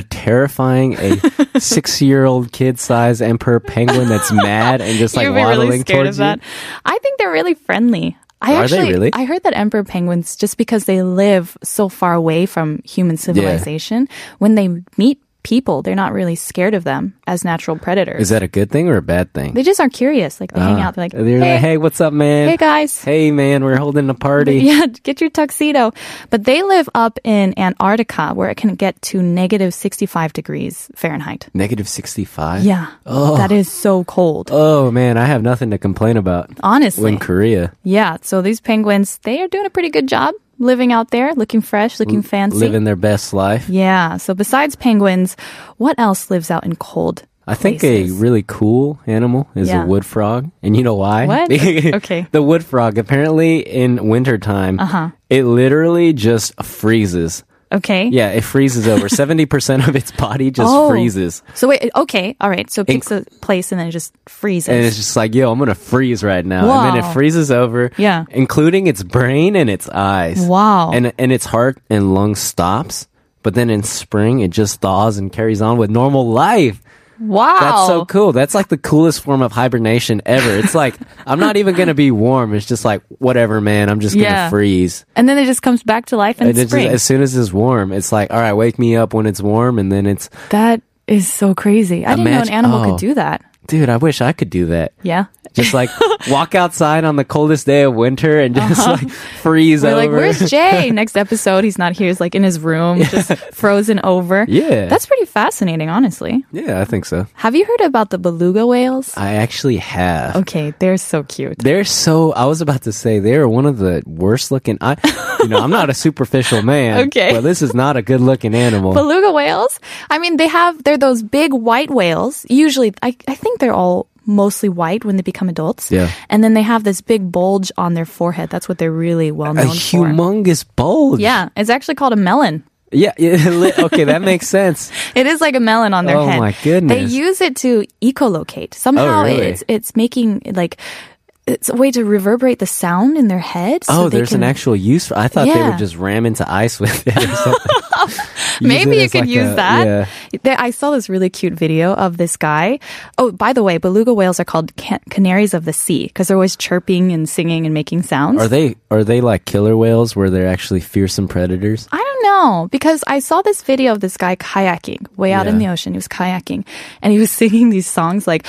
Speaker 2: *laughs*
Speaker 3: terrifying a six year old kid size emperor penguin that's mad and just like
Speaker 2: *laughs* You'd be
Speaker 3: waddling
Speaker 2: really scared
Speaker 3: towards
Speaker 2: of that.
Speaker 3: you.
Speaker 2: I think they're really friendly. I
Speaker 3: Are they
Speaker 2: actually,
Speaker 3: really?
Speaker 2: I heard that emperor penguins, just because they live so far away from human civilization, when they meet people, they're not really scared of them as natural predators.
Speaker 3: Is that a good thing or a bad thing?
Speaker 2: they just are curious. Like they hang out. They're like,
Speaker 3: They're
Speaker 2: hey,
Speaker 3: like, hey, what's up, man?
Speaker 2: hey guys.
Speaker 3: Hey, man, we're holding a party.
Speaker 2: Yeah, *laughs* get your tuxedo. But they live up in Antarctica where it can get to negative 65 degrees Fahrenheit.
Speaker 3: Negative 65?
Speaker 2: Yeah. That is so cold.
Speaker 3: Oh, man, I have nothing to complain about.
Speaker 2: Honestly.
Speaker 3: When Korea,
Speaker 2: Yeah. So these penguins, they are doing a pretty good job living out there, looking fresh, looking fancy.
Speaker 3: living their best life.
Speaker 2: yeah. So besides penguins, what else lives out in cold?
Speaker 3: I think
Speaker 2: places?
Speaker 3: a really cool animal is
Speaker 2: Yeah.
Speaker 3: a wood frog. And you know why? *laughs*
Speaker 2: What? Okay.
Speaker 3: the wood frog, apparently in wintertime, uh-huh. it literally just freezes.
Speaker 2: Okay.
Speaker 3: Yeah, it freezes
Speaker 2: *laughs*
Speaker 3: over. 70% of its body just
Speaker 2: Oh.
Speaker 3: freezes.
Speaker 2: So wait, okay, all right. So it
Speaker 3: In-
Speaker 2: picks a place and then it just freezes.
Speaker 3: And it's just like, yo, I'm going to freeze right now. And then
Speaker 2: Wow.
Speaker 3: it freezes over,
Speaker 2: Yeah.
Speaker 3: including its brain and its eyes.
Speaker 2: Wow.
Speaker 3: And, and its heart and lungs stops. But then in spring, it just thaws and carries on with normal life.
Speaker 2: wow.
Speaker 3: That's so cool. That's like the coolest form of hibernation ever.
Speaker 2: *laughs*
Speaker 3: It's like, I'm not even going to be warm. It's just like, whatever, man. I'm just going to
Speaker 2: Yeah.
Speaker 3: freeze.
Speaker 2: And then it just comes back to life in
Speaker 3: And it's just,
Speaker 2: spring.
Speaker 3: as soon as it's warm, it's like, all right, wake me up when it's warm. And then it's,
Speaker 2: that is so crazy. I didn't know an
Speaker 3: Imagine-
Speaker 2: animal
Speaker 3: oh.
Speaker 2: could do that.
Speaker 3: dude, I wish I could do that.
Speaker 2: Yeah. *laughs*
Speaker 3: Just like walk outside on the coldest day of winter and just like freeze
Speaker 2: Uh-huh. We're
Speaker 3: over.
Speaker 2: like,
Speaker 3: *laughs*
Speaker 2: where's Jay? Next episode, he's not here. He's like in his room, just frozen over.
Speaker 3: *laughs* Yeah.
Speaker 2: That's pretty fascinating, honestly.
Speaker 3: yeah, I think so.
Speaker 2: Have you heard about the beluga whales?
Speaker 3: I actually have.
Speaker 2: Okay, they're so cute.
Speaker 3: They're so. I was about to say they're one of the worst looking. I, you know, I'm not a superficial man.
Speaker 2: Okay.
Speaker 3: but this is not a good looking animal.
Speaker 2: Beluga whales? I mean, they have, they're those big white whales. Usually, I, I think they're all mostly white when they become adults.
Speaker 3: Yeah.
Speaker 2: And then they have this big bulge on their forehead. That's what they're really well
Speaker 3: a
Speaker 2: known for.
Speaker 3: humongous bulge.
Speaker 2: Yeah, it's actually called a melon.
Speaker 3: Yeah. yeah, *laughs* li- okay, that makes sense.
Speaker 2: It is like a melon on their
Speaker 3: Oh,
Speaker 2: head.
Speaker 3: my goodness. Oh,
Speaker 2: They use it to ecolocate. Somehow
Speaker 3: really?
Speaker 2: it's it's making like it's a way to reverberate the sound in their head. *laughs* so
Speaker 3: oh,
Speaker 2: they
Speaker 3: there's
Speaker 2: can-
Speaker 3: an actual use. For, I thought they
Speaker 2: Yeah.
Speaker 3: would just ram into ice with it. Or something.
Speaker 2: *laughs*
Speaker 3: Use
Speaker 2: Maybe
Speaker 3: it
Speaker 2: you
Speaker 3: as
Speaker 2: could
Speaker 3: like
Speaker 2: use
Speaker 3: a-
Speaker 2: that.
Speaker 3: yeah.
Speaker 2: There- I saw this really cute video of this guy. Oh, by the way, beluga whales are called can- canaries of the sea because they're always chirping and singing and making sounds.
Speaker 3: Are they are they like killer whales where they're actually fearsome predators?
Speaker 2: I don't know because I saw this video of this guy kayaking way out in the
Speaker 3: Yeah.
Speaker 2: ocean. He was kayaking and he was *laughs* singing these songs like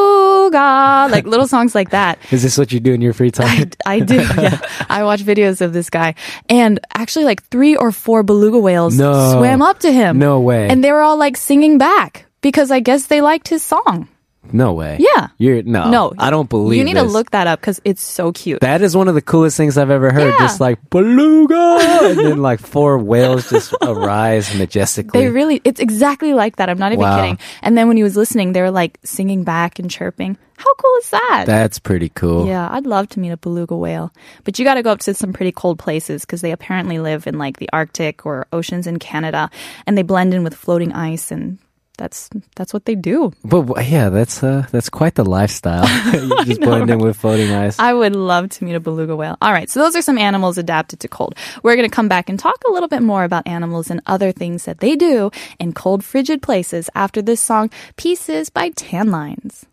Speaker 2: beluga, like little songs like that.
Speaker 3: Is this what you do in your free time?
Speaker 2: *laughs* I do. Yeah. I watch videos of this guy. And actually, like three or four beluga whales
Speaker 3: No.
Speaker 2: swam up to him.
Speaker 3: No way.
Speaker 2: And they were all like singing back because I guess they liked his song.
Speaker 3: *laughs* no way.
Speaker 2: Yeah.
Speaker 3: You're no.
Speaker 2: no.
Speaker 3: Oh, I don't believe
Speaker 2: You need to
Speaker 3: this.
Speaker 2: look that up because it's so cute.
Speaker 3: That is one of the coolest things I've ever heard.
Speaker 2: Yeah.
Speaker 3: Just like beluga, and then like four whales just *laughs* arise majestically.
Speaker 2: they really, it's exactly like that. I'm not even
Speaker 3: Wow.
Speaker 2: kidding. And then when he was listening, they were like singing back and chirping. How cool is that?
Speaker 3: That's pretty cool.
Speaker 2: yeah, I'd love to meet a beluga whale. But you got to go up to some pretty cold places because they apparently live in like the Arctic or oceans in Canada and they blend in with floating ice and that's that's what they do.
Speaker 3: But w- yeah, that's uh, that's quite the
Speaker 2: *laughs*
Speaker 3: lifestyle. *laughs* you just blend in with floating ice.
Speaker 2: I would love to meet a beluga whale. All right, so those are some animals adapted to cold. We're going to come back and talk a little bit more about animals and other things that they do in cold, frigid places after this song, Pieces by Tan Lines.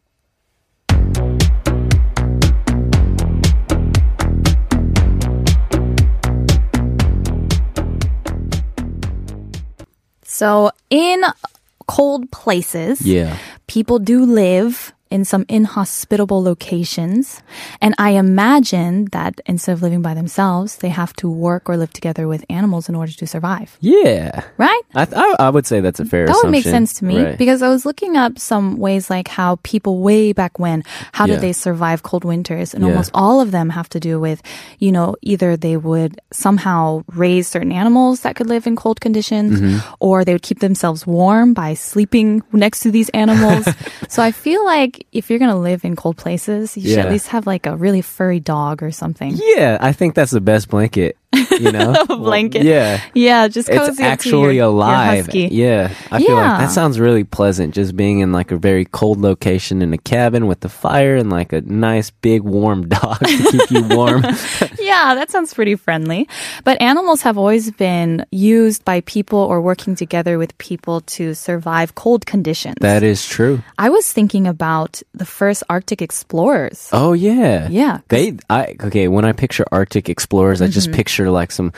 Speaker 2: So, in cold places,
Speaker 3: yeah.
Speaker 2: people do live in some inhospitable locations. And I imagine that instead of living by themselves, they have to work or live together with animals in order to survive,
Speaker 3: Yeah.
Speaker 2: right?
Speaker 3: I, th- I I would say that's a fair.
Speaker 2: That would make
Speaker 3: assumption.
Speaker 2: sense to me
Speaker 3: Right.
Speaker 2: because I was looking up some ways like how people way back when, how did
Speaker 3: Yeah.
Speaker 2: they survive cold winters? And
Speaker 3: Yeah.
Speaker 2: almost all of them have to do with, you know, either they would somehow raise certain animals that could live in cold conditions
Speaker 3: Mm-hmm.
Speaker 2: or they would keep themselves warm by sleeping next to these
Speaker 3: *laughs*
Speaker 2: animals. so I feel like if you're going to live in cold places, you should at
Speaker 3: Yeah.
Speaker 2: least have like a really furry dog or something.
Speaker 3: Yeah, I think that's the best blanket. You know,
Speaker 2: A *laughs* blanket.
Speaker 3: yeah.
Speaker 2: Yeah, just cozy up
Speaker 3: It's
Speaker 2: to your-
Speaker 3: actually
Speaker 2: your
Speaker 3: alive.
Speaker 2: husky.
Speaker 3: yeah, I feel
Speaker 2: Yeah.
Speaker 3: like that sounds really pleasant. Just being in like a very cold location in a cabin with the fire and like a nice big warm *laughs* dog to keep you
Speaker 2: *laughs*
Speaker 3: warm.
Speaker 2: Yeah, that sounds pretty friendly. But animals have always been used by people or working together with people to survive cold conditions.
Speaker 3: that is true.
Speaker 2: I was thinking about the first Arctic explorers.
Speaker 3: Oh yeah,
Speaker 2: Yeah.
Speaker 3: They, I okay. When I picture Arctic explorers, I
Speaker 2: Mm-hmm.
Speaker 3: just picture like some.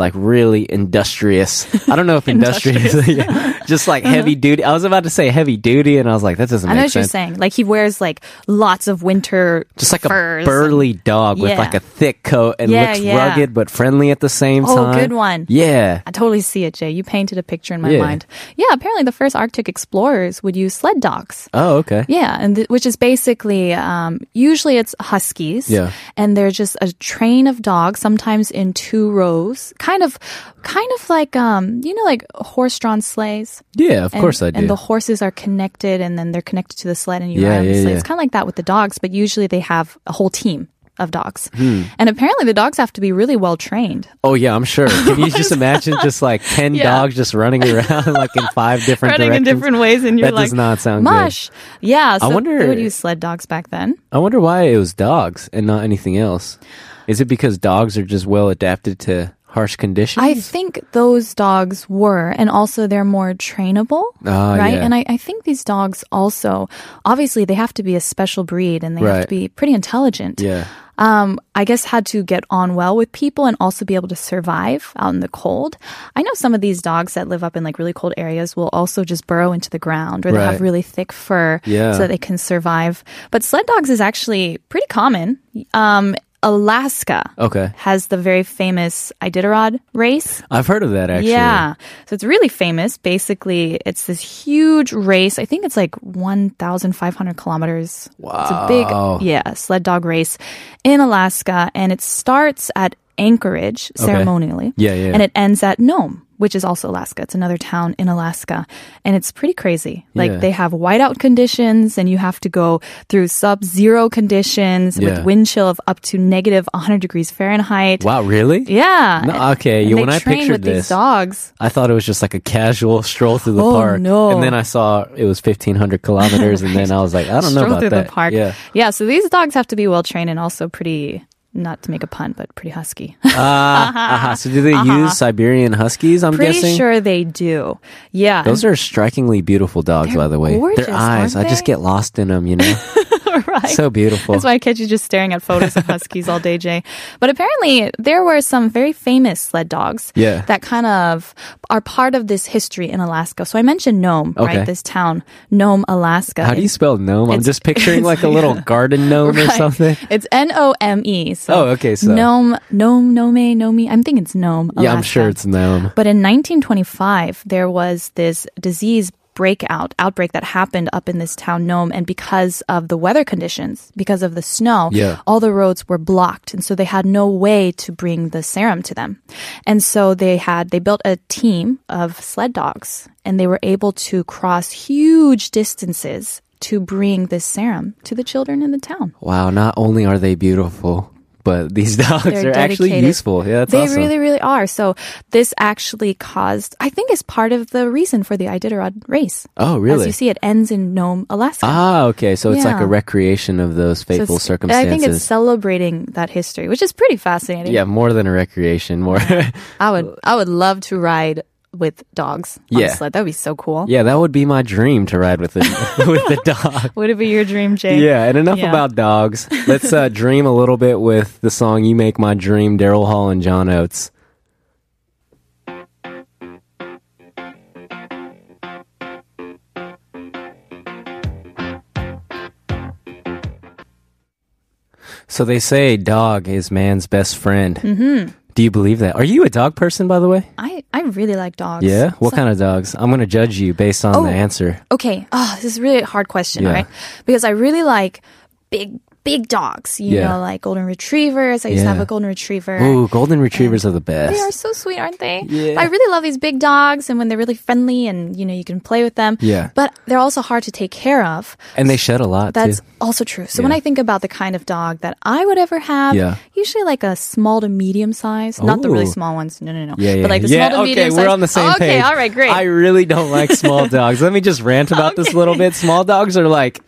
Speaker 3: Like really industrious. I don't know
Speaker 2: *laughs*
Speaker 3: if industrious, *laughs* yeah. just like heavy duty. I was about to say heavy duty, and I was like, that doesn't
Speaker 2: Uh-huh. I
Speaker 3: make
Speaker 2: know what you're saying.
Speaker 3: sense.
Speaker 2: Like he wears like lots of winter
Speaker 3: just like
Speaker 2: furs
Speaker 3: a burly dog with
Speaker 2: Yeah.
Speaker 3: like a thick coat and
Speaker 2: Yeah,
Speaker 3: looks
Speaker 2: yeah.
Speaker 3: rugged but friendly at the same
Speaker 2: Oh,
Speaker 3: time.
Speaker 2: good one.
Speaker 3: Yeah.
Speaker 2: I totally see it, Jay. You painted a picture in my
Speaker 3: Yeah.
Speaker 2: mind. Yeah, apparently the first Arctic explorers would use sled dogs.
Speaker 3: Oh, okay.
Speaker 2: Yeah, and th- which is basically um, usually it's huskies.
Speaker 3: Yeah.
Speaker 2: and they're just a train of dogs, sometimes in two rows, kind of, kind of like um, you know, like horse-drawn sleighs.
Speaker 3: Yeah, of
Speaker 2: And,
Speaker 3: course I do.
Speaker 2: And the horses are connected, and then they're connected to the sled, and you
Speaker 3: Yeah,
Speaker 2: ride on the
Speaker 3: yeah,
Speaker 2: sled.
Speaker 3: yeah.
Speaker 2: It's kind of like that with the dogs, but usually they have a whole team of dogs.
Speaker 3: Hmm.
Speaker 2: And apparently, the dogs have to be really well trained.
Speaker 3: oh, yeah, I'm sure. Can you just imagine just
Speaker 2: *laughs*
Speaker 3: like 10
Speaker 2: Yeah.
Speaker 3: dogs just running around *laughs* like in five different
Speaker 2: Running in
Speaker 3: directions?
Speaker 2: different ways, and you're
Speaker 3: That
Speaker 2: like,
Speaker 3: does not sound good.
Speaker 2: mush. Yeah, so
Speaker 3: wonder-
Speaker 2: they would use sled dogs back then.
Speaker 3: I wonder why it was dogs and not anything else. Is it because dogs are just well adapted to harsh conditions?
Speaker 2: I think those dogs were, and also they're more trainable,
Speaker 3: Ah,
Speaker 2: right?
Speaker 3: yeah.
Speaker 2: And I, I think these dogs also, obviously, they have to be a special breed, and they have
Speaker 3: Right.
Speaker 2: to be pretty intelligent.
Speaker 3: yeah.
Speaker 2: Um, I guess had to get on well with people and also be able to survive out in the cold. I know some of these dogs that live up in like really cold areas will also just burrow into the ground, or they have
Speaker 3: Right.
Speaker 2: really thick fur,
Speaker 3: Yeah.
Speaker 2: so that they can survive. But sled dogs is actually pretty common. Um, Alaska
Speaker 3: Okay.
Speaker 2: has the very famous Iditarod race.
Speaker 3: I've heard of that actually.
Speaker 2: Yeah. So it's really famous. Basically, it's this huge race. I think it's like 1,500 kilometers. Wow. It's a big, yeah, sled dog race in Alaska. And it starts at Anchorage ceremonially.
Speaker 3: Yeah, yeah, yeah.
Speaker 2: And it ends at Nome. Which is also Alaska. It's another town in Alaska. And it's pretty crazy. Like
Speaker 3: Yeah.
Speaker 2: they have whiteout conditions and you have to go through sub zero conditions with
Speaker 3: Yeah.
Speaker 2: wind chill of up to negative 100 degrees Fahrenheit.
Speaker 3: Wow, really?
Speaker 2: Yeah.
Speaker 3: No,
Speaker 2: and-
Speaker 3: okay,
Speaker 2: and
Speaker 3: yeah,
Speaker 2: they
Speaker 3: when I
Speaker 2: train with
Speaker 3: pictured
Speaker 2: these
Speaker 3: this-
Speaker 2: dogs.
Speaker 3: I thought it was just like a casual stroll through the
Speaker 2: Oh,
Speaker 3: park.
Speaker 2: no.
Speaker 3: And then I saw it was 1,500 kilometers, and then I was like, I don't know
Speaker 2: stroll
Speaker 3: about
Speaker 2: through
Speaker 3: that.
Speaker 2: the park.
Speaker 3: Yeah.
Speaker 2: So these dogs have to be well trained and also pretty, not to make a pun, but pretty husky.
Speaker 3: Uh-huh. So do they use Siberian Huskies, I'm
Speaker 2: *laughs* pretty
Speaker 3: guessing?
Speaker 2: sure they do. Yeah.
Speaker 3: Those are strikingly beautiful dogs, by the way.
Speaker 2: gorgeous,
Speaker 3: Their eyes,
Speaker 2: aren't
Speaker 3: I just
Speaker 2: they?
Speaker 3: get lost in them,
Speaker 2: *laughs*
Speaker 3: you know?
Speaker 2: *laughs* right.
Speaker 3: so beautiful.
Speaker 2: That's why I catch you just staring at photos of huskies all day, Jay. But apparently, there were some very famous sled dogs
Speaker 3: Yeah.
Speaker 2: that kind of are part of this history in Alaska. So I mentioned Nome, right?
Speaker 3: Okay.
Speaker 2: This town, Nome, Alaska.
Speaker 3: How do you spell gnome? I'm
Speaker 2: It's-
Speaker 3: just picturing
Speaker 2: *laughs*
Speaker 3: like a little garden gnome or
Speaker 2: Right.
Speaker 3: something.
Speaker 2: It's N O M E. So
Speaker 3: Oh, okay, so-
Speaker 2: gnome, gnome, nome, nome. I'm thinking it's gnome.
Speaker 3: Yeah, I'm
Speaker 2: Alaska.
Speaker 3: sure it's gnome.
Speaker 2: But in 1925, there was this disease breakout outbreak that happened up in this town Nome and because of the weather conditions because of the snow
Speaker 3: Yeah.
Speaker 2: all the roads were blocked and so they had no way to bring the serum to them and so they had they built a team of sled dogs and they were able to cross huge distances to bring this serum to the children in the town
Speaker 3: Wow, not only are they beautiful, but these *laughs* dogs
Speaker 2: they're
Speaker 3: are actually
Speaker 2: dedicated.
Speaker 3: useful. Yeah, that's
Speaker 2: they
Speaker 3: awesome.
Speaker 2: really, really are. So this actually caused, I think, is part of the reason for the Iditarod race.
Speaker 3: oh,
Speaker 2: As
Speaker 3: really?
Speaker 2: you see, it ends in Nome, Alaska.
Speaker 3: Ah, okay. So it's like
Speaker 2: Yeah.
Speaker 3: a recreation of those
Speaker 2: So
Speaker 3: fateful
Speaker 2: it's- I
Speaker 3: circumstances.
Speaker 2: think *laughs* it's celebrating that history, which is pretty fascinating.
Speaker 3: Yeah, more than a recreation. More. *laughs*
Speaker 2: I would, I would love to ride with dogs on a
Speaker 3: Yeah.
Speaker 2: sled. That would be so cool.
Speaker 3: yeah, that would be my dream to ride with the *laughs* with the dog.
Speaker 2: Would it be your dream, Jay?
Speaker 3: Yeah, and enough
Speaker 2: Yeah.
Speaker 3: about dogs. Let's
Speaker 2: *laughs*
Speaker 3: uh, dream a little bit with the song "You Make My Dream," Daryl Hall and John Oates. So they say dog is man's best friend. Mm-hmm. Do you believe that? Are you a dog person, by the way?
Speaker 2: I, I really like dogs.
Speaker 3: Yeah. What kind of dogs? I'm going to judge you based on
Speaker 2: Oh.
Speaker 3: the answer.
Speaker 2: Ah, Okay. Oh, this is really a hard question,
Speaker 3: Yeah.
Speaker 2: right? Because I really like big big dogs, you
Speaker 3: Yeah.
Speaker 2: know, like golden retrievers. I used to have a
Speaker 3: Yeah.
Speaker 2: golden retriever.
Speaker 3: Ooh, golden retrievers are the best.
Speaker 2: They are so sweet, aren't they?
Speaker 3: Yeah.
Speaker 2: I really love these big dogs and when they're really friendly and you know you can play with them.
Speaker 3: Yeah.
Speaker 2: But they're also hard to take care of.
Speaker 3: and they shed a lot
Speaker 2: That's
Speaker 3: too.
Speaker 2: also true. So when
Speaker 3: Yeah.
Speaker 2: I think about the kind of dog that I would ever have,
Speaker 3: Yeah.
Speaker 2: usually like a small to medium size, not the
Speaker 3: Ooh.
Speaker 2: really small ones. No, no, no.
Speaker 3: Yeah, yeah,
Speaker 2: But like the
Speaker 3: yeah.
Speaker 2: small to
Speaker 3: okay,
Speaker 2: medium size.
Speaker 3: we're on the same
Speaker 2: okay,
Speaker 3: page.
Speaker 2: all right, great.
Speaker 3: I really don't like
Speaker 2: *laughs*
Speaker 3: small dogs. Let me just rant about this a little bit. Small dogs are like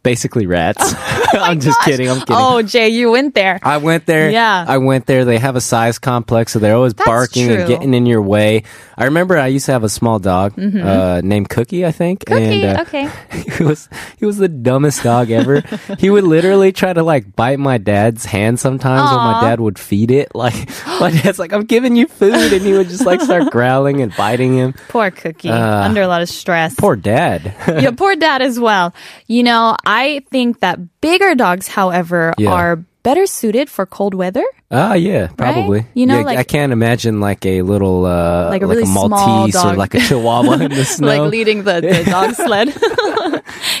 Speaker 3: basically
Speaker 2: *laughs*
Speaker 3: rats. *laughs* I'm just kidding. I'm kidding.
Speaker 2: Oh, Jay, you went there.
Speaker 3: I went there.
Speaker 2: Yeah.
Speaker 3: I went there. They have a size complex, so they're always
Speaker 2: That's
Speaker 3: barking and
Speaker 2: true.
Speaker 3: getting in your way. I remember I used to have a small dog uh, named Cookie, I think.
Speaker 2: Mm-hmm. Cookie,
Speaker 3: and, uh,
Speaker 2: okay.
Speaker 3: *laughs* He was he was the dumbest dog ever. he would literally try to like bite my dad's hand sometimes when my
Speaker 2: Aw.
Speaker 3: dad would feed it. *laughs* Like my dad's like, I'm giving you food, and he would just like
Speaker 2: *laughs*
Speaker 3: start growling and biting him.
Speaker 2: Poor Cookie,
Speaker 3: *laughs* Uh,
Speaker 2: under a lot of stress.
Speaker 3: Poor dad. *laughs*
Speaker 2: yeah, poor dad as well. You know, I think that bigger dogs, however,
Speaker 3: Yeah.
Speaker 2: are better suited for cold weather.
Speaker 3: Ah, yeah, probably.
Speaker 2: You know,
Speaker 3: Yeah,
Speaker 2: like-
Speaker 3: I can't imagine like a little, uh,
Speaker 2: Like a really small
Speaker 3: Maltese or
Speaker 2: dog.
Speaker 3: like a Chihuahua in the snow.
Speaker 2: *laughs* like leading the,
Speaker 3: *laughs*
Speaker 2: the dog sled. *laughs*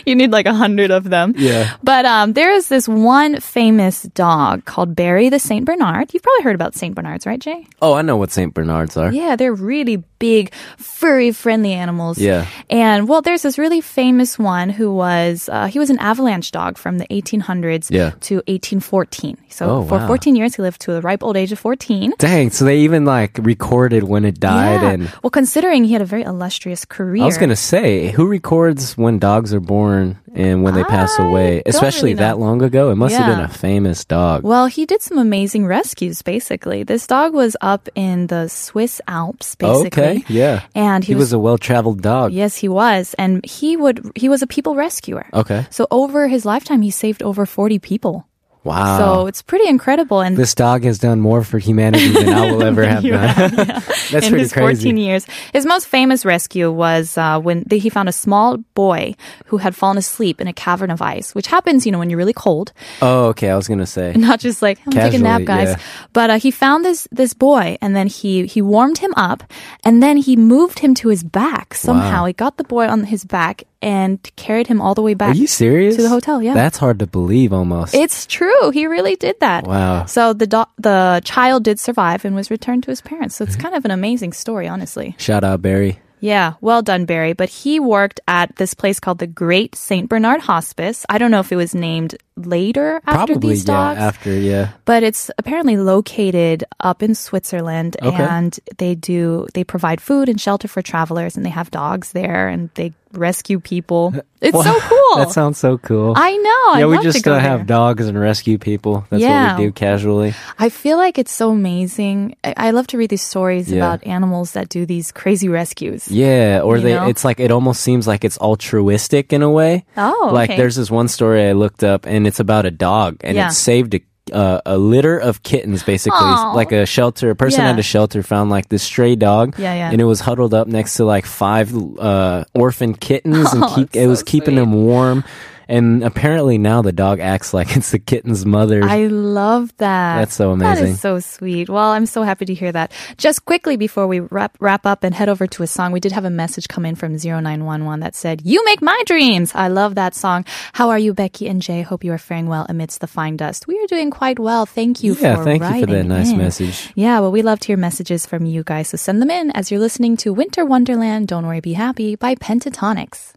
Speaker 2: you need like a hundred of them.
Speaker 3: Yeah.
Speaker 2: But um, there is this one famous dog called Barry the Saint Bernard. You've probably heard about Saint Bernards, right, Jay?
Speaker 3: Oh, I know what Saint Bernards are.
Speaker 2: Yeah, they're really big, furry, friendly animals.
Speaker 3: Yeah.
Speaker 2: And well, there's this really famous one who was uh, he was an avalanche dog from the 1800s
Speaker 3: Yeah.
Speaker 2: to 1814. So
Speaker 3: Oh,
Speaker 2: for
Speaker 3: wow.
Speaker 2: 14 years, he lived to a ripe old age of 14.
Speaker 3: Dang, so they even like recorded when it died and
Speaker 2: Well, considering he had a very illustrious career.
Speaker 3: I was going to say, who records when dogs are born and when they pass
Speaker 2: I
Speaker 3: away,
Speaker 2: don't
Speaker 3: especially
Speaker 2: really know.
Speaker 3: that long ago? It must have been
Speaker 2: Yeah.
Speaker 3: a famous dog.
Speaker 2: Well, he did some amazing rescues, basically. This dog was up in the Swiss Alps, basically.
Speaker 3: Okay, yeah.
Speaker 2: And
Speaker 3: He, was, a well-traveled dog.
Speaker 2: yes, he was. And he would, he was a people rescuer.
Speaker 3: Okay.
Speaker 2: So over his lifetime, he saved over 40 people.
Speaker 3: Wow.
Speaker 2: So it's pretty incredible. And
Speaker 3: this dog has done more for humanity than I
Speaker 2: *laughs*
Speaker 3: will ever have done. *laughs* That's
Speaker 2: in
Speaker 3: pretty
Speaker 2: his
Speaker 3: crazy.
Speaker 2: 14 years. His most famous rescue was uh, when the, he found a small boy who had fallen asleep in a cavern of ice, which happens, you know, when you're really cold.
Speaker 3: Oh, okay. I was going to say.
Speaker 2: *laughs* Not just like I'm taking a nap,
Speaker 3: Casually,
Speaker 2: guys.
Speaker 3: yeah.
Speaker 2: But uh, he found this this boy, and then he he warmed him up, and then he moved him to his back somehow. He got the boy on his back and carried him all the way back.
Speaker 3: Are you serious?
Speaker 2: To the hotel, yeah.
Speaker 3: That's hard to believe almost.
Speaker 2: It's true. He really did that.
Speaker 3: Wow.
Speaker 2: So the do- the child did survive and was returned to his parents. So it's kind of an amazing story, honestly.
Speaker 3: Shout out Barry.
Speaker 2: Yeah, well done, Barry. But he worked at this place called the Great Saint Bernard Hospice. I don't know if it was named later after
Speaker 3: Probably
Speaker 2: these dogs,
Speaker 3: yeah, after yeah.
Speaker 2: but it's apparently located up in Switzerland,
Speaker 3: Okay.
Speaker 2: and they do they provide food and shelter for travelers, and they have dogs there, and they rescue
Speaker 3: *laughs*
Speaker 2: people. It's so cool.
Speaker 3: That sounds so cool.
Speaker 2: I know.
Speaker 3: yeah,
Speaker 2: I'd
Speaker 3: we
Speaker 2: love
Speaker 3: just
Speaker 2: to go
Speaker 3: uh, have
Speaker 2: there.
Speaker 3: dogs and rescue people. That's
Speaker 2: Yeah.
Speaker 3: what we do casually.
Speaker 2: I feel like it's so amazing. I, I love to read these stories
Speaker 3: Yeah.
Speaker 2: about animals that do these crazy rescues.
Speaker 3: Yeah, or
Speaker 2: You
Speaker 3: they
Speaker 2: know?
Speaker 3: it's like it almost seems like it's altruistic in a way.
Speaker 2: Oh,
Speaker 3: Like
Speaker 2: okay.
Speaker 3: there's this one story I looked up and it's about a dog and
Speaker 2: Yeah.
Speaker 3: it saved a uh, a litter of kittens, basically,
Speaker 2: Aw.
Speaker 3: like a shelter. A person
Speaker 2: Yeah.
Speaker 3: at a shelter found like this stray dog,
Speaker 2: Yeah, yeah.
Speaker 3: and it was huddled up next to like five uh, orphan kittens,
Speaker 2: *laughs* Oh,
Speaker 3: and keep, it was keeping them warm. And apparently now the dog acts like it's the kitten's mother.
Speaker 2: I love that.
Speaker 3: That's so
Speaker 2: That
Speaker 3: amazing.
Speaker 2: is so sweet. Well, I'm so happy to hear that. Just quickly before we wrap, wrap up and head over to a song, we did have a message come in from 0911 that said, You make my dreams. I love that song. How are you, Becky and Jay? Hope you are faring well amidst the fine dust. We are doing quite well. Thank you
Speaker 3: yeah,
Speaker 2: for
Speaker 3: thank you for that
Speaker 2: writing
Speaker 3: nice
Speaker 2: in.
Speaker 3: message.
Speaker 2: Yeah, well, we love to hear messages from you guys, so send them in as you're listening to Winter Wonderland Don't Worry, Be Happy by Pentatonics.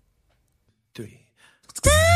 Speaker 5: three.